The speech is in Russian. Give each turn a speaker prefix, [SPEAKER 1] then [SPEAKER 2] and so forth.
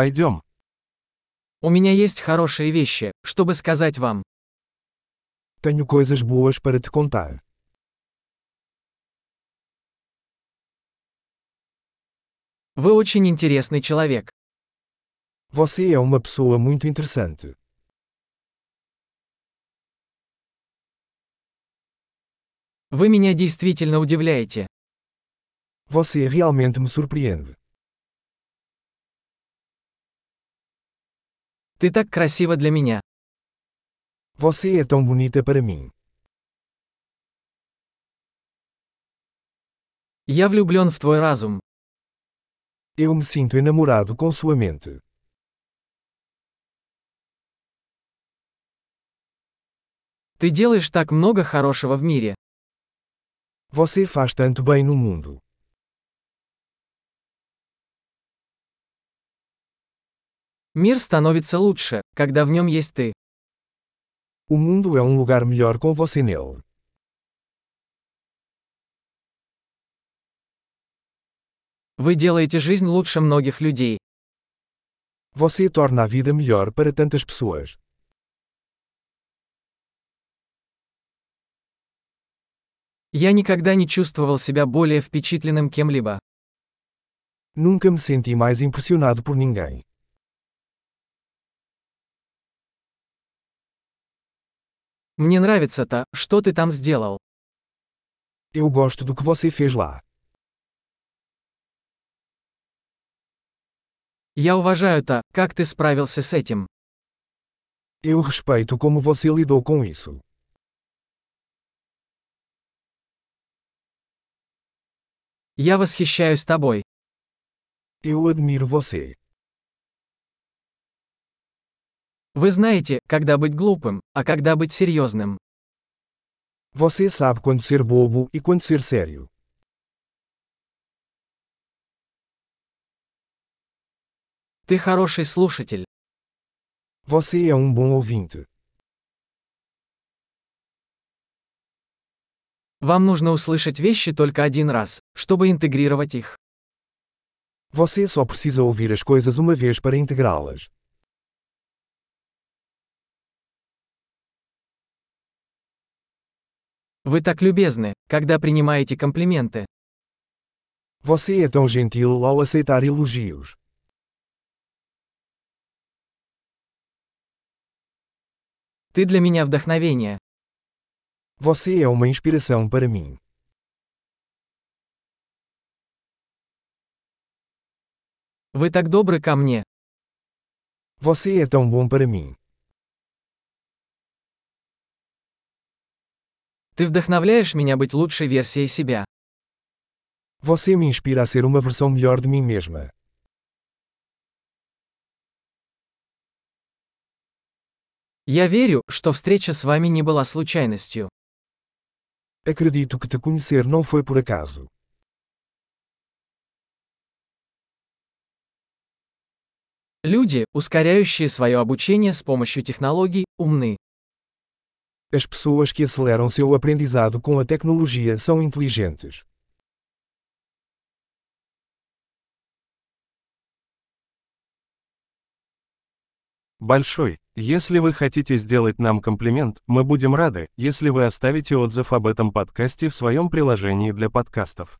[SPEAKER 1] Пойдем.
[SPEAKER 2] У меня есть хорошие вещи, чтобы сказать вам.
[SPEAKER 3] Tenho coisas boas para te contar.
[SPEAKER 2] Вы очень интересный человек.
[SPEAKER 3] Você é uma pessoa muito interessante.
[SPEAKER 2] Вы меня действительно удивляете.
[SPEAKER 3] Você realmente me surpreende.
[SPEAKER 2] Ты так красива для меня.
[SPEAKER 3] Você é tão bonita para mim.
[SPEAKER 2] Я влюблен в твой разум.
[SPEAKER 3] Eu me sinto enamorado com sua mente.
[SPEAKER 2] Ты делаешь так много хорошего в мире.
[SPEAKER 3] Você faz tanto bem no mundo.
[SPEAKER 2] Мир становится лучше, когда в нем есть ты.
[SPEAKER 3] O mundo é um lugar melhor com você nele.
[SPEAKER 2] Вы делаете жизнь лучше многих людей.
[SPEAKER 3] Você torna a vida melhor para tantas pessoas.
[SPEAKER 2] Я никогда не чувствовал себя более впечатленным кем-либо.
[SPEAKER 3] Nunca me senti mais impressionado por ninguém.
[SPEAKER 2] Мне нравится то, что ты там сделал.
[SPEAKER 3] Eu gosto do que você fez lá.
[SPEAKER 2] Я уважаю то, как ты справился с этим.
[SPEAKER 3] Eu respeito como você lidou com isso.
[SPEAKER 2] Я восхищаюсь тобой.
[SPEAKER 3] Eu admiro você.
[SPEAKER 2] Вы знаете, когда быть глупым, а когда быть серьезным.
[SPEAKER 3] Você sabe quando ser bobo e quando ser sério.
[SPEAKER 2] Ты хороший слушатель.
[SPEAKER 3] Você é um bom ouvinte.
[SPEAKER 2] Вам нужно услышать вещи только один раз, чтобы интегрировать их.
[SPEAKER 3] Você só precisa ouvir as coisas uma vez para integrá-las.
[SPEAKER 2] Вы так любезны, когда принимаете комплименты.
[SPEAKER 3] Você é tão gentil ao aceitar elogios.
[SPEAKER 2] Ты для меня вдохновение.
[SPEAKER 3] Você é uma inspiração para mim.
[SPEAKER 2] Вы так добры ко мне.
[SPEAKER 3] Você é tão bom para mim.
[SPEAKER 2] Ты вдохновляешь меня быть лучшей версией себя.
[SPEAKER 3] Você me inspira a ser uma versão melhor de mim mesma.
[SPEAKER 2] Я верю, что встреча с вами не была случайностью.
[SPEAKER 3] Acredito que te conhecer não foi por acaso.
[SPEAKER 2] Люди, ускоряющие свое обучение с помощью технологий, умны.
[SPEAKER 3] As pessoas que aceleram seu aprendizado com a tecnologia são inteligentes.
[SPEAKER 1] Большой. Если вы хотите сделать нам комплимент, мы будем рады, если вы оставите отзыв об этом подкасте в своем приложении для подкастов.